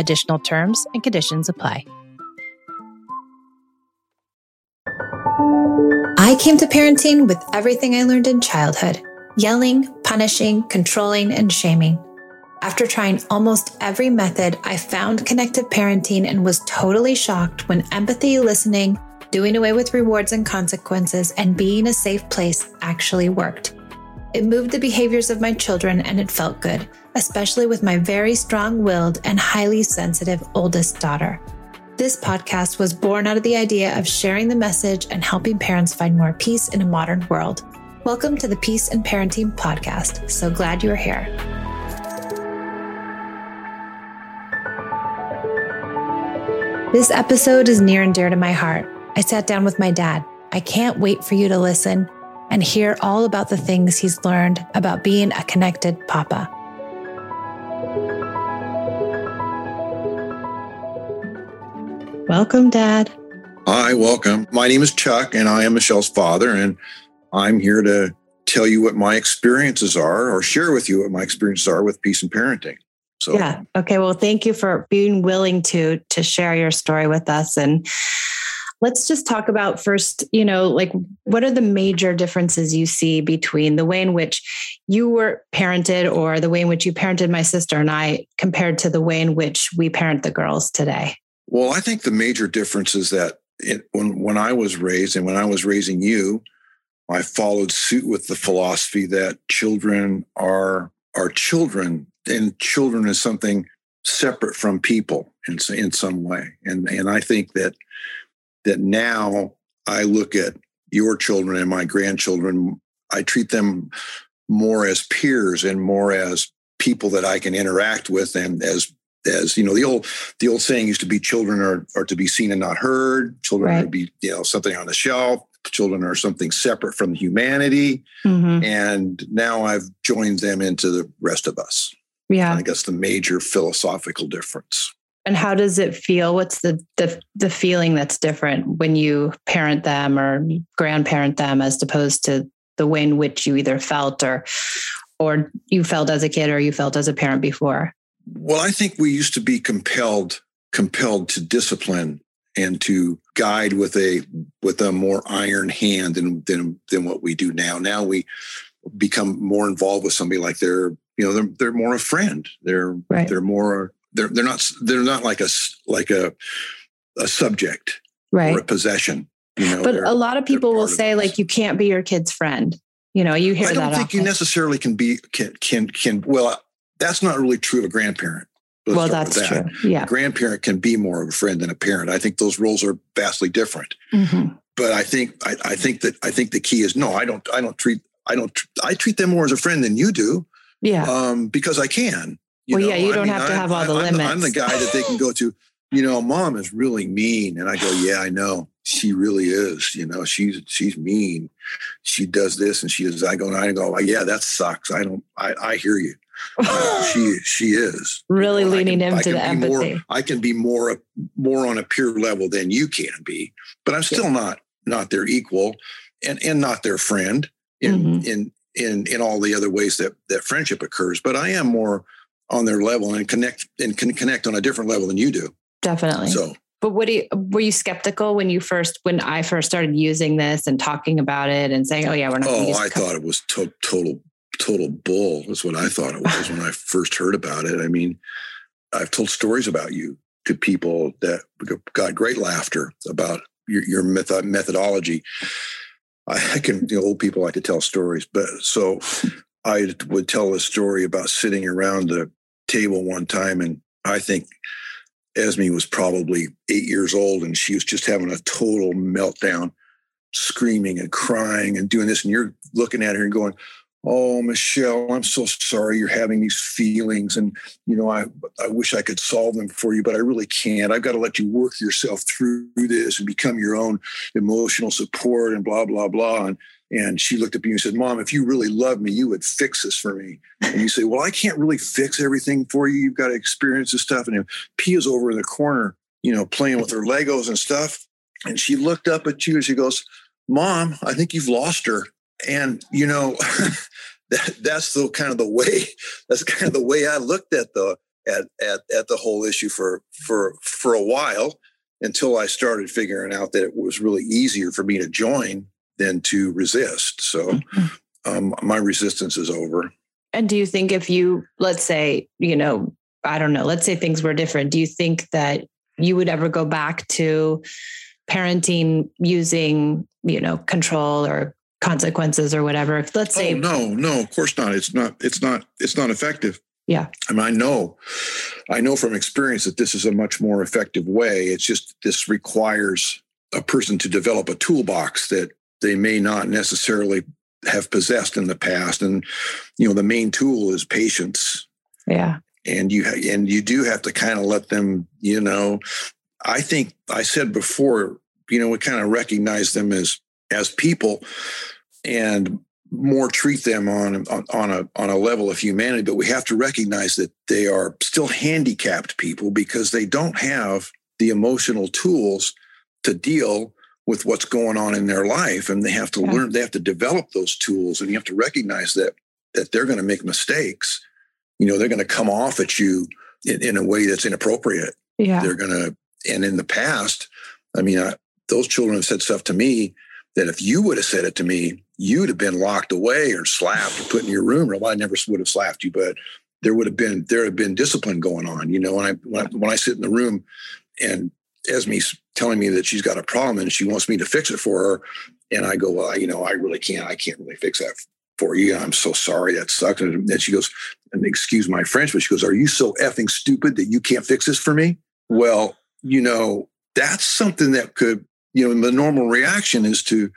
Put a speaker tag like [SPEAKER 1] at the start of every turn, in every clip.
[SPEAKER 1] Additional terms and conditions apply. I came to parenting with everything I learned in childhood yelling, punishing, controlling, and shaming. After trying almost every method, I found connected parenting and was totally shocked when empathy, listening, doing away with rewards and consequences, and being a safe place actually worked. It moved the behaviors of my children and it felt good, especially with my very strong willed and highly sensitive oldest daughter. This podcast was born out of the idea of sharing the message and helping parents find more peace in a modern world. Welcome to the Peace and Parenting Podcast. So glad you're here. This episode is near and dear to my heart. I sat down with my dad. I can't wait for you to listen and hear all about the things he's learned about being a connected papa. Welcome, Dad.
[SPEAKER 2] Hi, welcome. My name is Chuck, and I am Michelle's father, and I'm here to tell you what my experiences are or share with you what my experiences are with peace and parenting. So,
[SPEAKER 1] Yeah. Okay. Well, thank you for being willing to to share your story with us and let's just talk about first, you know, like what are the major differences you see between the way in which you were parented or the way in which you parented my sister and I compared to the way in which we parent the girls today?
[SPEAKER 2] well, I think the major difference is that it, when, when I was raised and when I was raising you, I followed suit with the philosophy that children are are children, and children is something separate from people in, s- in some way. And and I think that that now I look at your children and my grandchildren, I treat them more as peers and more as people that I can interact with and as as you know the old the old saying used to be children are are to be seen and not heard children are to
[SPEAKER 1] Right.
[SPEAKER 2] be you know something on the shelf children are something separate from humanity
[SPEAKER 1] Mm-hmm.
[SPEAKER 2] and now i've joined them into the rest of us i
[SPEAKER 1] Yeah.
[SPEAKER 2] think that's the major philosophical difference
[SPEAKER 1] And how does it feel? What's the, the the feeling that's different when you parent them or grandparent them as opposed to the way in which you either felt or or you felt as a kid or you felt as a parent before?
[SPEAKER 2] well i think we used to be compelled compelled to discipline and to guide with a with a more iron hand than than than what we do now now we become more involved with somebody like they're you know they're, they're more a friend they're
[SPEAKER 1] Right.
[SPEAKER 2] they're more they're they're not they're not like a s- like a a subject or a
[SPEAKER 1] Right.
[SPEAKER 2] possession you know
[SPEAKER 1] But
[SPEAKER 2] they're-
[SPEAKER 1] a lot of people
[SPEAKER 2] part
[SPEAKER 1] will
[SPEAKER 2] of
[SPEAKER 1] say
[SPEAKER 2] us.
[SPEAKER 1] like you can't be your kid's friend. You know, you hear
[SPEAKER 2] I don't
[SPEAKER 1] that
[SPEAKER 2] think you
[SPEAKER 1] often.
[SPEAKER 2] necessarily can be can can can. Well, that's not really true of a grandparent. Let's
[SPEAKER 1] well,
[SPEAKER 2] start with
[SPEAKER 1] that's
[SPEAKER 2] that.
[SPEAKER 1] true. Yeah.
[SPEAKER 2] A grandparent can be more of a friend than a parent. I think those roles are vastly different.
[SPEAKER 1] Mhm.
[SPEAKER 2] But I think I, I think that I think the key is no. I don't I don't treat I don't tr- I treat them more as a friend than you do
[SPEAKER 1] Yeah.
[SPEAKER 2] um, because I can.
[SPEAKER 1] Well, yeah, you don't have to have all the
[SPEAKER 2] I'm I'm the
[SPEAKER 1] limits.
[SPEAKER 2] guy that they can go to. You know, mom is really mean, and I go, yeah, I know she really is. You know, she's she's mean. She does this and she does. I go and I go, yeah, that sucks. I don't. I I hear you. Uh, she she is You
[SPEAKER 1] Really
[SPEAKER 2] know, I
[SPEAKER 1] leaning
[SPEAKER 2] can- I
[SPEAKER 1] into the
[SPEAKER 2] can be more-
[SPEAKER 1] empathy.
[SPEAKER 2] I can be more more on a peer level than you can be, but I'm still not not their equal, and and not their friend in
[SPEAKER 1] Mhm.
[SPEAKER 2] in in in all the other ways that that friendship occurs. But I am more on their level and connect and can connect on a different level than you do.
[SPEAKER 1] Definitely.
[SPEAKER 2] So
[SPEAKER 1] But what do you, were you skeptical when you first when I first started using this and talking about it and saying, "Oh yeah, we're not going to
[SPEAKER 2] oh,
[SPEAKER 1] use."
[SPEAKER 2] I
[SPEAKER 1] co-
[SPEAKER 2] thought it was to- total total bull. Is what I thought it was when I first heard about it. I mean, I've told stories about you to people that got great laughter about your, your method, methodology. I, can, you know, old people like to tell stories, but so I would tell a story about sitting around the table one time, and I think Esme was probably eight years old, and she was just having a total meltdown, screaming and crying and doing this, and you're looking at her and going. Oh, Michelle, I'm so sorry you're having these feelings. And, you know, I, I wish I could solve them for you, but I really can't. I've got to let you work yourself through this and become your own emotional support and blah, blah, blah. And, and she looked at me and said, Mom, if you really loved me, you would fix this for me. And you say, Well, I can't really fix everything for you. You've got to experience this stuff. And P is over in the corner, you know, playing with her Legos and stuff. And she looked up at you and she goes, Mom, I think you've lost her and you know that that's the kind of the way that's kind of the way I looked at the at at at the whole issue for for for a while until I started figuring out that it was really easier for me to join than to resist. So um, my resistance is over.
[SPEAKER 1] And do you think if you let's say you know I don't know let's say things were different, do you think that you would ever go back to parenting using you know control or consequences or whatever. Let's say
[SPEAKER 2] oh, no, no, of course not. It's not. It's not. It's not effective.
[SPEAKER 1] Yeah.
[SPEAKER 2] I mean, I know, I know from experience that this is a much more effective way. It's just this requires a person to develop a toolbox that they may not necessarily have possessed in the past. And you know, the main tool is patience.
[SPEAKER 1] Yeah.
[SPEAKER 2] And you ha- and you do have to kind of let them. You know, I think I said before. You know, we kind of recognize them as as people and more treat them on, on, on a on a level of humanity but we have to recognize that they are still handicapped people because they don't have the emotional tools to deal with what's going on in their life and they have to yeah. learn they have to develop those tools and you have to recognize that that they're going to make mistakes you know they're going to come off at you in, in a way that's inappropriate
[SPEAKER 1] yeah
[SPEAKER 2] they're going to and in the past i mean I, those children have said stuff to me that if you would have said it to me, you'd have been locked away or slapped or put in your room. Or well, I never would have slapped you, but there would have been there have been discipline going on. You know, when I when I, when I sit in the room and Esme's telling me that she's got a problem and she wants me to fix it for her, and I go, well, I, you know, I really can't. I can't really fix that for you. I'm so sorry. That sucks. And then she goes, and excuse my French, but she goes, are you so effing stupid that you can't fix this for me? Well, you know, that's something that could you know the normal reaction is to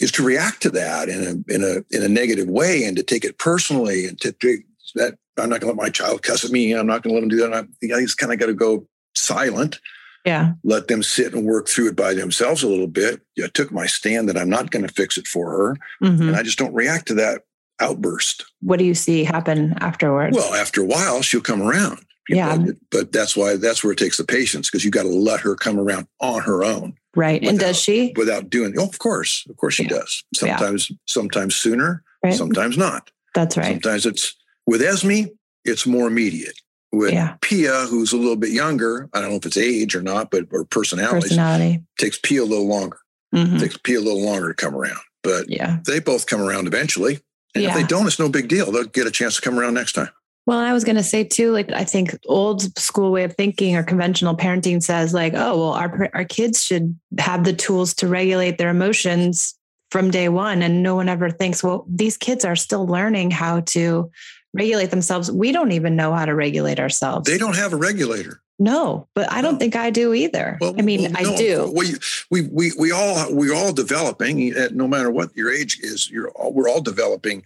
[SPEAKER 2] is to react to that in a in a in a negative way and to take it personally and to, to that I'm not going to let my child cuss at me. I'm not going to let them do that. I, I just kind of got to go silent.
[SPEAKER 1] Yeah.
[SPEAKER 2] Let them sit and work through it by themselves a little bit. I took my stand that I'm not going to fix it for her, mm-hmm.
[SPEAKER 1] Hmm.
[SPEAKER 2] and I just don't react to that outburst.
[SPEAKER 1] What do you see happen afterwards?
[SPEAKER 2] Well, after a while, she'll come around.
[SPEAKER 1] Yeah.
[SPEAKER 2] Know, but that's why that's where it takes the patience because you got to let her come around on her own.
[SPEAKER 1] Right.
[SPEAKER 2] Without,
[SPEAKER 1] and does she?
[SPEAKER 2] Without doing, oh, of course. Of course she yeah. does. Sometimes, yeah. sometimes sooner, right. sometimes not.
[SPEAKER 1] That's right.
[SPEAKER 2] Sometimes it's with Esme, it's more immediate. With yeah. Pia, who's a little bit younger, I don't know if it's age or not, but or personality.
[SPEAKER 1] Personality.
[SPEAKER 2] Takes Pia a little longer. Mm-hmm. Takes Pia a little longer to come around. But
[SPEAKER 1] yeah,
[SPEAKER 2] they both come around eventually. And if they don't, it's no big deal. They'll get a chance to come around next time.
[SPEAKER 1] Well, I was going to say too, like I think old school way of thinking or conventional parenting says, like, oh, well, our our kids should have the tools to regulate their emotions from day one, and no one ever thinks, well, these kids are still learning how to regulate themselves. We don't even know how to regulate ourselves.
[SPEAKER 2] They don't have a regulator.
[SPEAKER 1] No, but I don't no. think I do either. Well, I mean, well, no. I do.
[SPEAKER 2] We, we we we all we're all developing. eh, No matter what your age is, you're all, we're all developing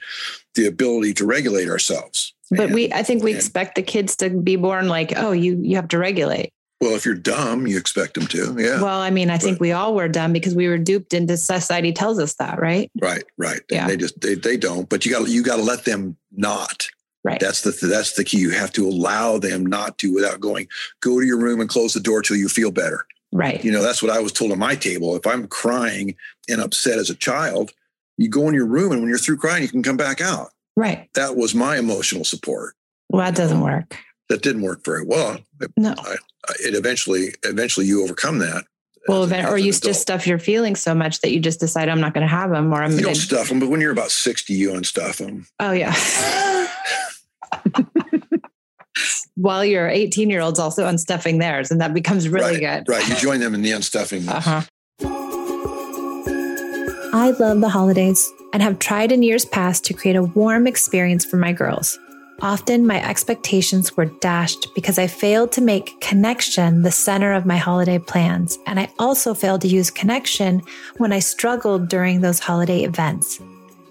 [SPEAKER 2] the ability to regulate ourselves
[SPEAKER 1] but and, we i think we and, expect the kids to be born like oh you you have to regulate
[SPEAKER 2] well if you're dumb you expect them to yeah
[SPEAKER 1] well i mean i but, think we all were dumb because we were duped into society tells us that right
[SPEAKER 2] right right yeah. And they just they, they don't but you got you got to let them not
[SPEAKER 1] right
[SPEAKER 2] that's the that's the key you have to allow them not to without going go to your room and close the door till you feel better
[SPEAKER 1] right
[SPEAKER 2] you know that's what i was told at my table if i'm crying and upset as a child you go in your room and when you're through crying you can come back out
[SPEAKER 1] Right.
[SPEAKER 2] That was my emotional support.
[SPEAKER 1] Well, that doesn't work.
[SPEAKER 2] That didn't work very well.
[SPEAKER 1] No.
[SPEAKER 2] I, I, it eventually, eventually, you overcome that.
[SPEAKER 1] Well, as, or as you just stuff your feelings so much that you just decide I'm not going to have them, or I'm.
[SPEAKER 2] You don't stuff them, but when you're about sixty, you unstuff them.
[SPEAKER 1] Oh yeah. while your 18 year old's also unstuffing theirs. And that becomes really
[SPEAKER 2] right,
[SPEAKER 1] good.
[SPEAKER 2] Right. You join them in the unstuffing.
[SPEAKER 1] Uh huh.
[SPEAKER 3] I love the holidays and have tried in years past to create a warm experience for my girls. Often my expectations were dashed because I failed to make connection the center of my holiday plans, and I also failed to use connection when I struggled during those holiday events.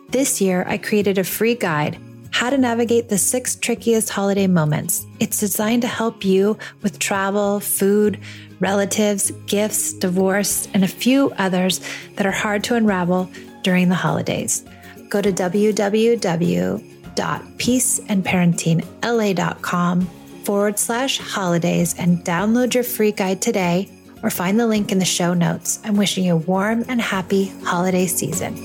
[SPEAKER 3] This year, I created a free guide, How to Navigate the Six Trickiest Holiday Moments. It's designed to help you with travel, food, relatives, gifts, divorce, and a few others that are hard to unravel during the holidays. Go to www.peaceandparentingla.com forward slash holidays and download your free guide today or find the link in the show notes. I'm wishing you a warm and happy holiday season.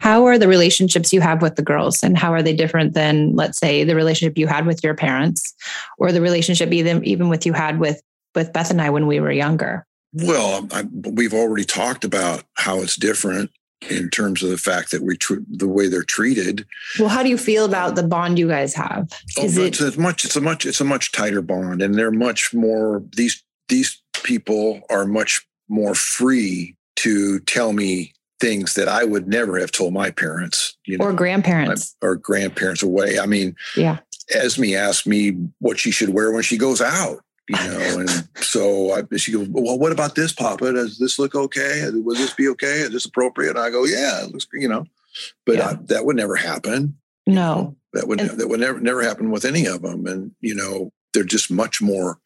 [SPEAKER 1] how are the relationships you have with the girls and how are they different than let's say the relationship you had with your parents or the relationship even even with you had with with beth and i when we were younger
[SPEAKER 2] Well, I, we've already talked about how it's different in terms of the fact that we tr- the way they're treated.
[SPEAKER 1] well how do you feel about the bond you guys have
[SPEAKER 2] Oh,
[SPEAKER 1] Is
[SPEAKER 2] but
[SPEAKER 1] it-
[SPEAKER 2] it's a much it's a much it's a much tighter bond, and they're much more these these people are much more free to tell me things that I would never have told my parents. You know,
[SPEAKER 1] or grandparents
[SPEAKER 2] or grandparents away. I mean,
[SPEAKER 1] Yeah.
[SPEAKER 2] Esme asked me what she should wear when she goes out, you know, and so I, she goes, well, what about this, Papa? Does this look okay? Would this be okay? Is this appropriate? And I go, yeah, it looks, you know, but I, that would never happen.
[SPEAKER 1] no
[SPEAKER 2] That would
[SPEAKER 1] And-
[SPEAKER 2] that would never never happen with any of them, and you know, they're just much more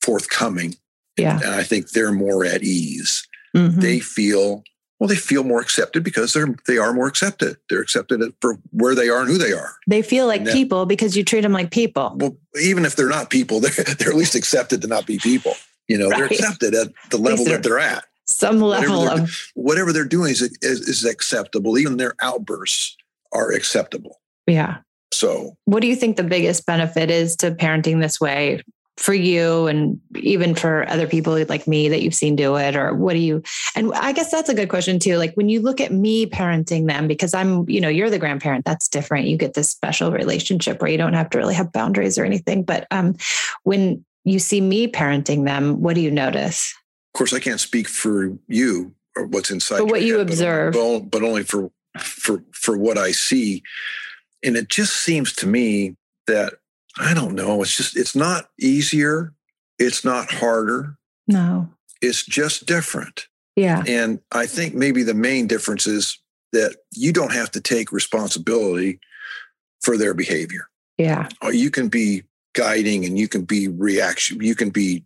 [SPEAKER 2] forthcoming,
[SPEAKER 1] yeah
[SPEAKER 2] and I think they're more at ease
[SPEAKER 1] Mhm.
[SPEAKER 2] they feel well they feel more accepted because they're they are more accepted they're accepted for where they are and who they are
[SPEAKER 1] they feel like
[SPEAKER 2] Yeah.
[SPEAKER 1] people because you treat them like people
[SPEAKER 2] well even if they're not people they're, they're at least accepted to not be people you know they're
[SPEAKER 1] Right.
[SPEAKER 2] accepted at the level
[SPEAKER 1] they're-
[SPEAKER 2] that they're at
[SPEAKER 1] some
[SPEAKER 2] Whatever
[SPEAKER 1] level
[SPEAKER 2] they're-
[SPEAKER 1] of
[SPEAKER 2] whatever they're doing is, is is acceptable even their outbursts are acceptable
[SPEAKER 1] yeah
[SPEAKER 2] so
[SPEAKER 1] what do you think the biggest benefit is to parenting this way for you and even for other people like me that you've seen do it or what do you and i guess that's a good question too like when you look at me parenting them because i'm you know you're the grandparent that's different you get this special relationship where you don't have to really have boundaries or anything but um when you see me parenting them what do you notice
[SPEAKER 2] of course i can't speak for you or what's inside
[SPEAKER 1] But what
[SPEAKER 2] your
[SPEAKER 1] you
[SPEAKER 2] head, but-
[SPEAKER 1] observe.
[SPEAKER 2] but, on- but only for for for what i see and it just seems to me that i don't know it's just it's not easier it's not harder
[SPEAKER 1] no
[SPEAKER 2] it's just different
[SPEAKER 1] yeah
[SPEAKER 2] and i think maybe the main difference is that you don't have to take responsibility for their behavior
[SPEAKER 1] yeah
[SPEAKER 2] or Oh, you can be guiding and you can be reaction you can be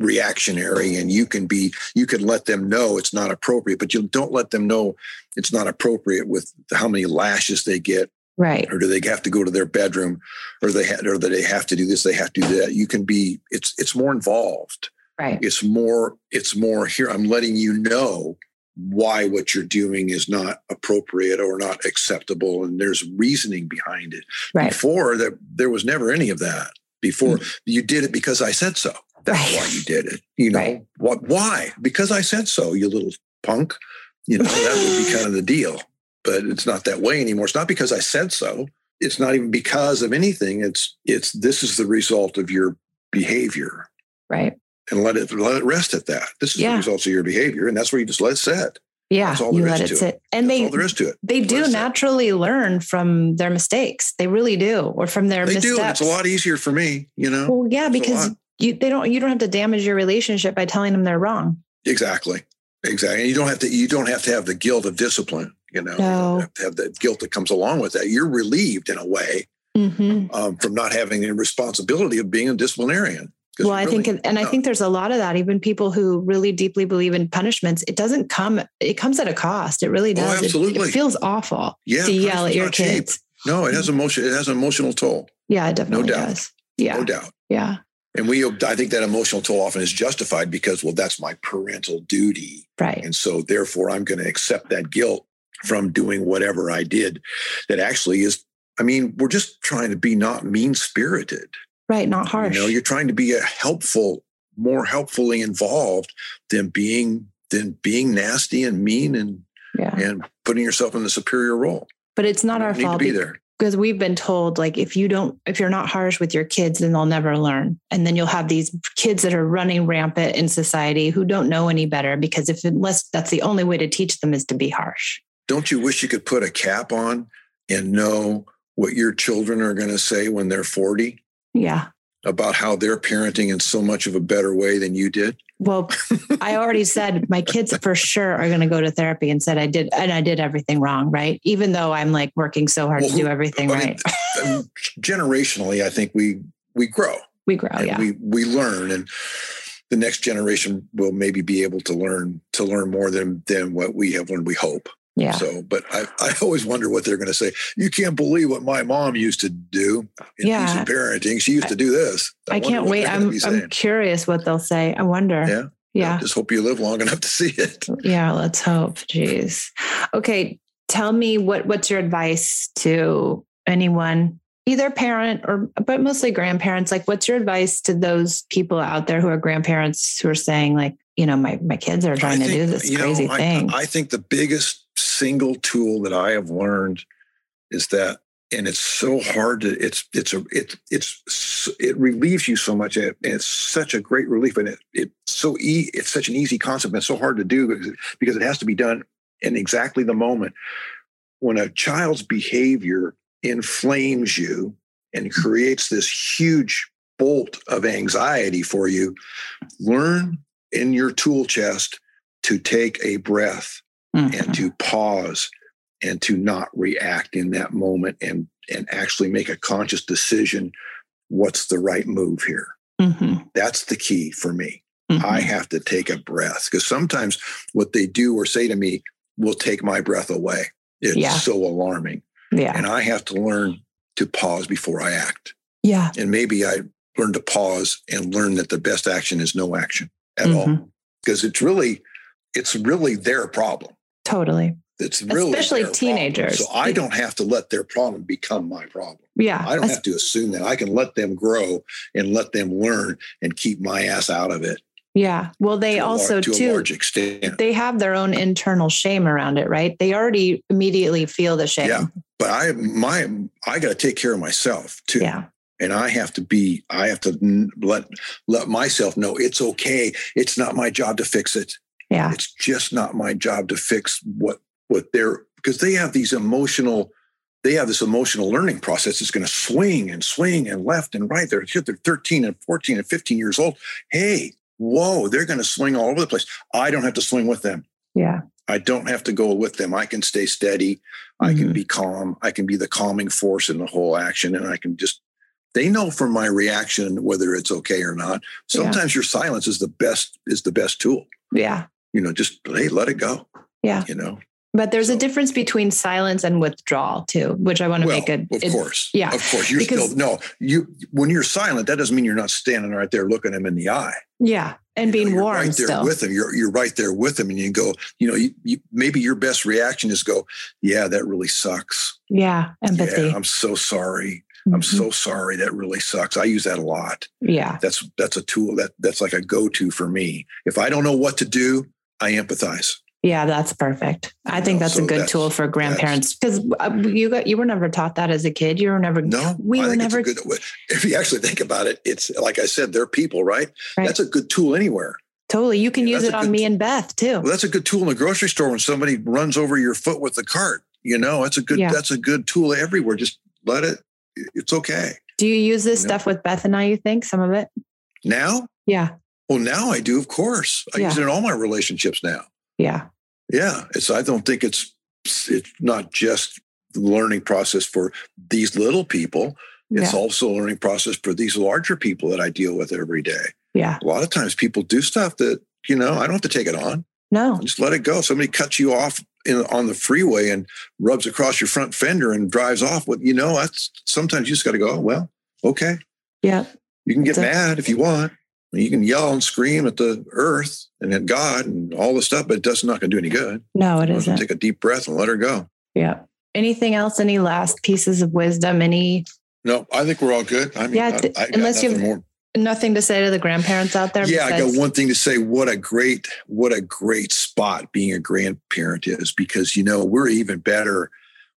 [SPEAKER 2] reactionary and you can be you can let them know it's not appropriate but you don't let them know it's not appropriate with how many lashes they get
[SPEAKER 1] right
[SPEAKER 2] or do they have to go to their bedroom or they ha- or that they have to do this they have to do that you can be it's it's more involved
[SPEAKER 1] right
[SPEAKER 2] it's more it's more here i'm letting you know why what you're doing is not appropriate or not acceptable and there's reasoning behind it
[SPEAKER 1] right Mm.
[SPEAKER 2] before that there was never any of that before you did it because i said so that's why you did it you know
[SPEAKER 1] Right.
[SPEAKER 2] what why because i said so you little punk you know that would be kind of the deal but it's not that way anymore it's not because i said so it's not even because of anything it's it's this is the result of your behavior
[SPEAKER 1] right
[SPEAKER 2] and let it let it rest at that this is
[SPEAKER 1] Yeah.
[SPEAKER 2] the results of your behavior and that's where you just let it set
[SPEAKER 1] yeah
[SPEAKER 2] That's all
[SPEAKER 1] you
[SPEAKER 2] there
[SPEAKER 1] let
[SPEAKER 2] is
[SPEAKER 1] it
[SPEAKER 2] to it.
[SPEAKER 1] sit and
[SPEAKER 2] that's
[SPEAKER 1] they
[SPEAKER 2] all there is to it
[SPEAKER 1] they do
[SPEAKER 2] Listen.
[SPEAKER 1] naturally learn from their mistakes. They really do, or from their
[SPEAKER 2] they
[SPEAKER 1] missteps.
[SPEAKER 2] do and it's a lot easier for me you know
[SPEAKER 1] Well, yeah,
[SPEAKER 2] It's a
[SPEAKER 1] because
[SPEAKER 2] lot.
[SPEAKER 1] you they don't you don't have to damage your relationship by telling them they're wrong.
[SPEAKER 2] Exactly. Exactly. And you don't have to you don't have to have the guilt of discipline, you
[SPEAKER 1] No.
[SPEAKER 2] know. You don't have to have the guilt that comes along with that. You're relieved in a way
[SPEAKER 1] Mm-hmm.
[SPEAKER 2] um, from not having the responsibility of being a disciplinarian. 'Cause
[SPEAKER 1] Well, I
[SPEAKER 2] really,
[SPEAKER 1] think, and I
[SPEAKER 2] no.
[SPEAKER 1] think there's a lot of that. Even people who really deeply believe in punishments, it doesn't come. It comes at a cost. It really
[SPEAKER 2] Oh,
[SPEAKER 1] does. It- It,
[SPEAKER 2] absolutely.
[SPEAKER 1] feels awful
[SPEAKER 2] yeah,
[SPEAKER 1] to yell at
[SPEAKER 2] punishment's
[SPEAKER 1] your
[SPEAKER 2] not cheap.
[SPEAKER 1] kids. Mm-hmm.
[SPEAKER 2] No, it has emotion. It has an emotional toll,
[SPEAKER 1] Yeah, it definitely
[SPEAKER 2] doubt.
[SPEAKER 1] does. Yeah,
[SPEAKER 2] no doubt.
[SPEAKER 1] yeah,
[SPEAKER 2] And we, I think that emotional toll often is justified because, well, that's my parental duty,
[SPEAKER 1] right.
[SPEAKER 2] and so therefore I'm going to accept that guilt from doing whatever I did. That actually is. I mean, we're just trying to be not mean spirited.
[SPEAKER 1] Right, not harsh.
[SPEAKER 2] You know, you're trying to be a helpful, more helpfully involved than being than being nasty and mean and
[SPEAKER 1] Yeah.
[SPEAKER 2] and putting yourself in the superior role.
[SPEAKER 1] But Mm. it's not
[SPEAKER 2] You
[SPEAKER 1] our
[SPEAKER 2] need
[SPEAKER 1] fault
[SPEAKER 2] to be
[SPEAKER 1] be-
[SPEAKER 2] there.
[SPEAKER 1] because we've been told like if you don't if you're not harsh with your kids then they'll never learn and then you'll have these kids that are running rampant in society who don't know any better because if unless that's the only way to teach them is to be harsh
[SPEAKER 2] Don't you wish you could put a cap on and know what your children are going to say when they're 40
[SPEAKER 1] yeah
[SPEAKER 2] about how they're parenting in so much of a better way than you did?
[SPEAKER 1] well i already said my kids for sure are going to go to therapy and said i did and i did everything wrong right even though i'm like working so hard to
[SPEAKER 2] Well,
[SPEAKER 1] do everything
[SPEAKER 2] I mean,
[SPEAKER 1] right
[SPEAKER 2] um, generationally, I think we we grow
[SPEAKER 1] we grow
[SPEAKER 2] and
[SPEAKER 1] Oh, yeah
[SPEAKER 2] we we learn, and the next generation will maybe be able to learn to learn more than than what we have learned. We hope
[SPEAKER 1] yeah
[SPEAKER 2] so, but I I always wonder what they're going to say. You can't believe what my mom used to do in
[SPEAKER 1] Yeah.
[SPEAKER 2] piece of parenting. She used to do this.
[SPEAKER 1] i
[SPEAKER 2] wonder
[SPEAKER 1] can't
[SPEAKER 2] what
[SPEAKER 1] wait
[SPEAKER 2] they're gonna
[SPEAKER 1] i'm
[SPEAKER 2] be
[SPEAKER 1] i'm
[SPEAKER 2] saying.
[SPEAKER 1] curious what they'll say i wonder
[SPEAKER 2] Yeah.
[SPEAKER 1] yeah
[SPEAKER 2] Just hope you live long enough to see it.
[SPEAKER 1] Yeah, let's hope. Jeez. Okay, tell me what what's your advice to anyone, either parent or but mostly grandparents? Like, what's your advice to those people out there who are grandparents who are saying like, you know, my my kids are trying
[SPEAKER 2] I
[SPEAKER 1] to do
[SPEAKER 2] think,
[SPEAKER 1] this
[SPEAKER 2] you know,
[SPEAKER 1] crazy
[SPEAKER 2] I-
[SPEAKER 1] thing.
[SPEAKER 2] I think the biggest single tool that I have learned is that, and it's so hard to it's it's a it it's s- it relieves you so much, and it's such a great relief, and it it's so e it's such an easy concept, and it's so hard to do because it, because it has to be done in exactly the moment when a child's behavior inflames you and creates this huge bolt of anxiety for you. Learn in your tool chest to take a breath and
[SPEAKER 1] Mhm.
[SPEAKER 2] to pause and to not react in that moment and and actually make a conscious decision what's the right move here
[SPEAKER 1] Mhm.
[SPEAKER 2] that's the key for me
[SPEAKER 1] Mhm.
[SPEAKER 2] i have to take a breath because sometimes what they do or say to me will take my breath away it's
[SPEAKER 1] Yeah.
[SPEAKER 2] so alarming
[SPEAKER 1] Mm-hmm. yeah.
[SPEAKER 2] and i have to learn to pause before i act
[SPEAKER 1] Yeah.
[SPEAKER 2] and maybe i learn to pause and learn that the best action is no action at all
[SPEAKER 1] Mhm.
[SPEAKER 2] because it's really it's really their problem
[SPEAKER 1] Totally.
[SPEAKER 2] it's really
[SPEAKER 1] Especially
[SPEAKER 2] their problem.
[SPEAKER 1] teenagers.
[SPEAKER 2] So I don't have to let their problem become my problem.
[SPEAKER 1] Yeah.
[SPEAKER 2] I don't
[SPEAKER 1] Es-
[SPEAKER 2] have to assume that. I can let them grow and let them learn and keep my ass out of it.
[SPEAKER 1] yeah. Well, they
[SPEAKER 2] to a lar-
[SPEAKER 1] also
[SPEAKER 2] to
[SPEAKER 1] too
[SPEAKER 2] a large extent.
[SPEAKER 1] they have their own internal shame around it, right? They already immediately feel the shame.
[SPEAKER 2] Yeah. But I my I got to take care of myself too,
[SPEAKER 1] yeah.
[SPEAKER 2] and I have to be. I have to n- let let myself know it's okay. It's not my job to fix it.
[SPEAKER 1] Yeah.
[SPEAKER 2] It's just not my job to fix what what they're because they have these emotional they have this emotional learning process that's going to swing and swing and left and right. They're they're 13 and 14 and 15 years old. Hey, whoa, they're going to swing all over the place. I don't have to swing with them.
[SPEAKER 1] Yeah.
[SPEAKER 2] I don't have to go with them. I can stay steady. I can be calm. I can be the calming force in the whole action. And I can just, they know from my reaction whether it's okay or not. Sometimes your silence is the best, is the best tool.
[SPEAKER 1] Yeah.
[SPEAKER 2] You know, just, hey, let it go.
[SPEAKER 1] Yeah.
[SPEAKER 2] You know,
[SPEAKER 1] But there's a
[SPEAKER 2] So-
[SPEAKER 1] difference between silence and withdrawal too, which I want to
[SPEAKER 2] well,
[SPEAKER 1] make a
[SPEAKER 2] of
[SPEAKER 1] it-
[SPEAKER 2] course.
[SPEAKER 1] yeah,
[SPEAKER 2] Of course. You're
[SPEAKER 1] because-
[SPEAKER 2] still, no, you, when you're silent, that doesn't mean you're not standing right there looking them in the eye.
[SPEAKER 1] Yeah. And
[SPEAKER 2] You know,
[SPEAKER 1] being
[SPEAKER 2] you're
[SPEAKER 1] warm
[SPEAKER 2] right there
[SPEAKER 1] still.
[SPEAKER 2] with them. You're you're right there with them, and you go. You know, you, you, maybe your best reaction is go, "Yeah, that really sucks.
[SPEAKER 1] yeah. Empathy.
[SPEAKER 2] Yeah, I'm so sorry. I'm
[SPEAKER 1] Mhm.
[SPEAKER 2] so sorry. That really sucks. I use that a lot.
[SPEAKER 1] yeah.
[SPEAKER 2] That's that's a tool that that's like a go to for me. If I don't know what to do, I empathize.
[SPEAKER 1] Yeah. That's perfect. I think
[SPEAKER 2] know,
[SPEAKER 1] that's
[SPEAKER 2] so
[SPEAKER 1] a good
[SPEAKER 2] that's-
[SPEAKER 1] tool for grandparents because you got, you were never taught that as a kid. You were never,
[SPEAKER 2] No,
[SPEAKER 1] We
[SPEAKER 2] I
[SPEAKER 1] were
[SPEAKER 2] think it's a
[SPEAKER 1] never-
[SPEAKER 2] good. If you actually think about it, it's like I said, they're people, right?
[SPEAKER 1] Right.
[SPEAKER 2] That's a good tool anywhere.
[SPEAKER 1] totally. You can
[SPEAKER 2] Yeah,
[SPEAKER 1] use it
[SPEAKER 2] that's a
[SPEAKER 1] on
[SPEAKER 2] good
[SPEAKER 1] me and Beth too.
[SPEAKER 2] Well, that's a good tool in the grocery store when somebody runs over your foot with the cart. You know, that's a good
[SPEAKER 1] Yeah.
[SPEAKER 2] that's a good tool everywhere. Just let it. It's okay.
[SPEAKER 1] Do you use this
[SPEAKER 2] Yeah.
[SPEAKER 1] stuff with Beth and I, you think some of it?
[SPEAKER 2] Now,
[SPEAKER 1] Yeah.
[SPEAKER 2] well, now I do. Of course, I use it in all my relationships now.
[SPEAKER 1] Yeah.
[SPEAKER 2] Yeah, it's. I don't think it's. It's not just the learning process for these little people. It's
[SPEAKER 1] yeah.
[SPEAKER 2] also a learning process for these larger people that I deal with every day.
[SPEAKER 1] Yeah.
[SPEAKER 2] A lot of times, people do stuff that you know I don't have to take it on.
[SPEAKER 1] No.
[SPEAKER 2] just let it go. Somebody cuts you off in, on the freeway and rubs across your front fender and drives off. What you know, that's sometimes you just got to go. "Oh, Well, okay,
[SPEAKER 1] Yeah.
[SPEAKER 2] you can get
[SPEAKER 1] That's it.
[SPEAKER 2] mad if you want. You can yell and scream at the earth and at God and all this stuff, but it does not going to do any good.
[SPEAKER 1] No, it
[SPEAKER 2] You
[SPEAKER 1] isn't.
[SPEAKER 2] Take a deep breath and let her go.
[SPEAKER 1] Yeah. Anything else? Any last pieces of wisdom? Any?
[SPEAKER 2] No, I think we're all good. I mean,
[SPEAKER 1] Yeah,
[SPEAKER 2] I,
[SPEAKER 1] th-
[SPEAKER 2] I've got
[SPEAKER 1] unless you have-
[SPEAKER 2] nothing more
[SPEAKER 1] Nothing to say to the grandparents out there.
[SPEAKER 2] yeah, I
[SPEAKER 1] besides-
[SPEAKER 2] got one thing to say. What a great, what a great spot being a grandparent is because you know we're even better.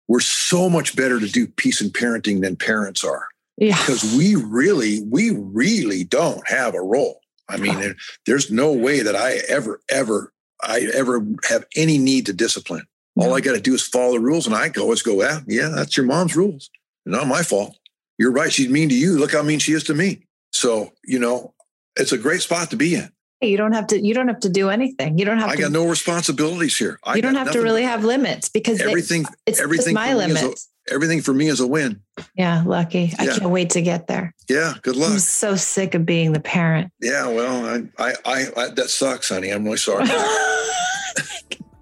[SPEAKER 2] We're so much better to do peace and parenting than parents are
[SPEAKER 1] Yeah.
[SPEAKER 2] because we really, we really don't have a role. I mean, there- there's no way that I ever, ever, I ever have any need to discipline. All I got to do is follow the rules, and I go, let's go out. Yeah, that's your mom's rules. Not my fault. You're right. She's mean to you. Look how mean she is to me. So, you know, it's a great spot to be in.
[SPEAKER 1] You don't have to. You don't have to do anything. You don't have
[SPEAKER 2] I
[SPEAKER 1] to.
[SPEAKER 2] got no responsibilities here. I
[SPEAKER 1] you don't
[SPEAKER 2] got
[SPEAKER 1] have to
[SPEAKER 2] nothing.
[SPEAKER 1] really have limits because they-
[SPEAKER 2] everything.
[SPEAKER 1] it's just
[SPEAKER 2] everything
[SPEAKER 1] my
[SPEAKER 2] for me is a-
[SPEAKER 1] limits.
[SPEAKER 2] Everything for me is a win.
[SPEAKER 1] yeah, lucky. I
[SPEAKER 2] Yeah.
[SPEAKER 1] can't wait to get there.
[SPEAKER 2] Yeah. Good
[SPEAKER 1] I'm
[SPEAKER 2] luck.
[SPEAKER 1] so sick of being the parent.
[SPEAKER 2] Yeah. Well, I, I, I, I that sucks, honey. I'm really sorry.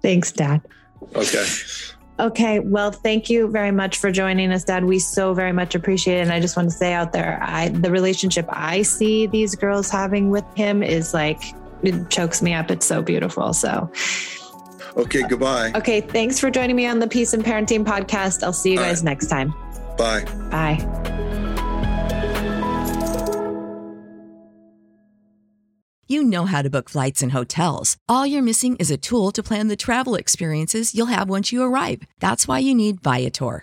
[SPEAKER 1] Thanks, Dad.
[SPEAKER 2] okay.
[SPEAKER 1] Okay. Well, thank you very much for joining us, Dad. We so very much appreciate it. And I just want to say out there, I the relationship I see these girls having with him is like it chokes me up. It's so beautiful. So
[SPEAKER 2] Okay. Goodbye.
[SPEAKER 1] okay, thanks for joining me on the Peace and Parenting podcast. I'll see you
[SPEAKER 2] All
[SPEAKER 1] guys next time.
[SPEAKER 2] Bye.
[SPEAKER 1] Bye.
[SPEAKER 4] You know how to book flights and hotels. All you're missing is a tool to plan the travel experiences you'll have once you arrive. That's why you need Viator.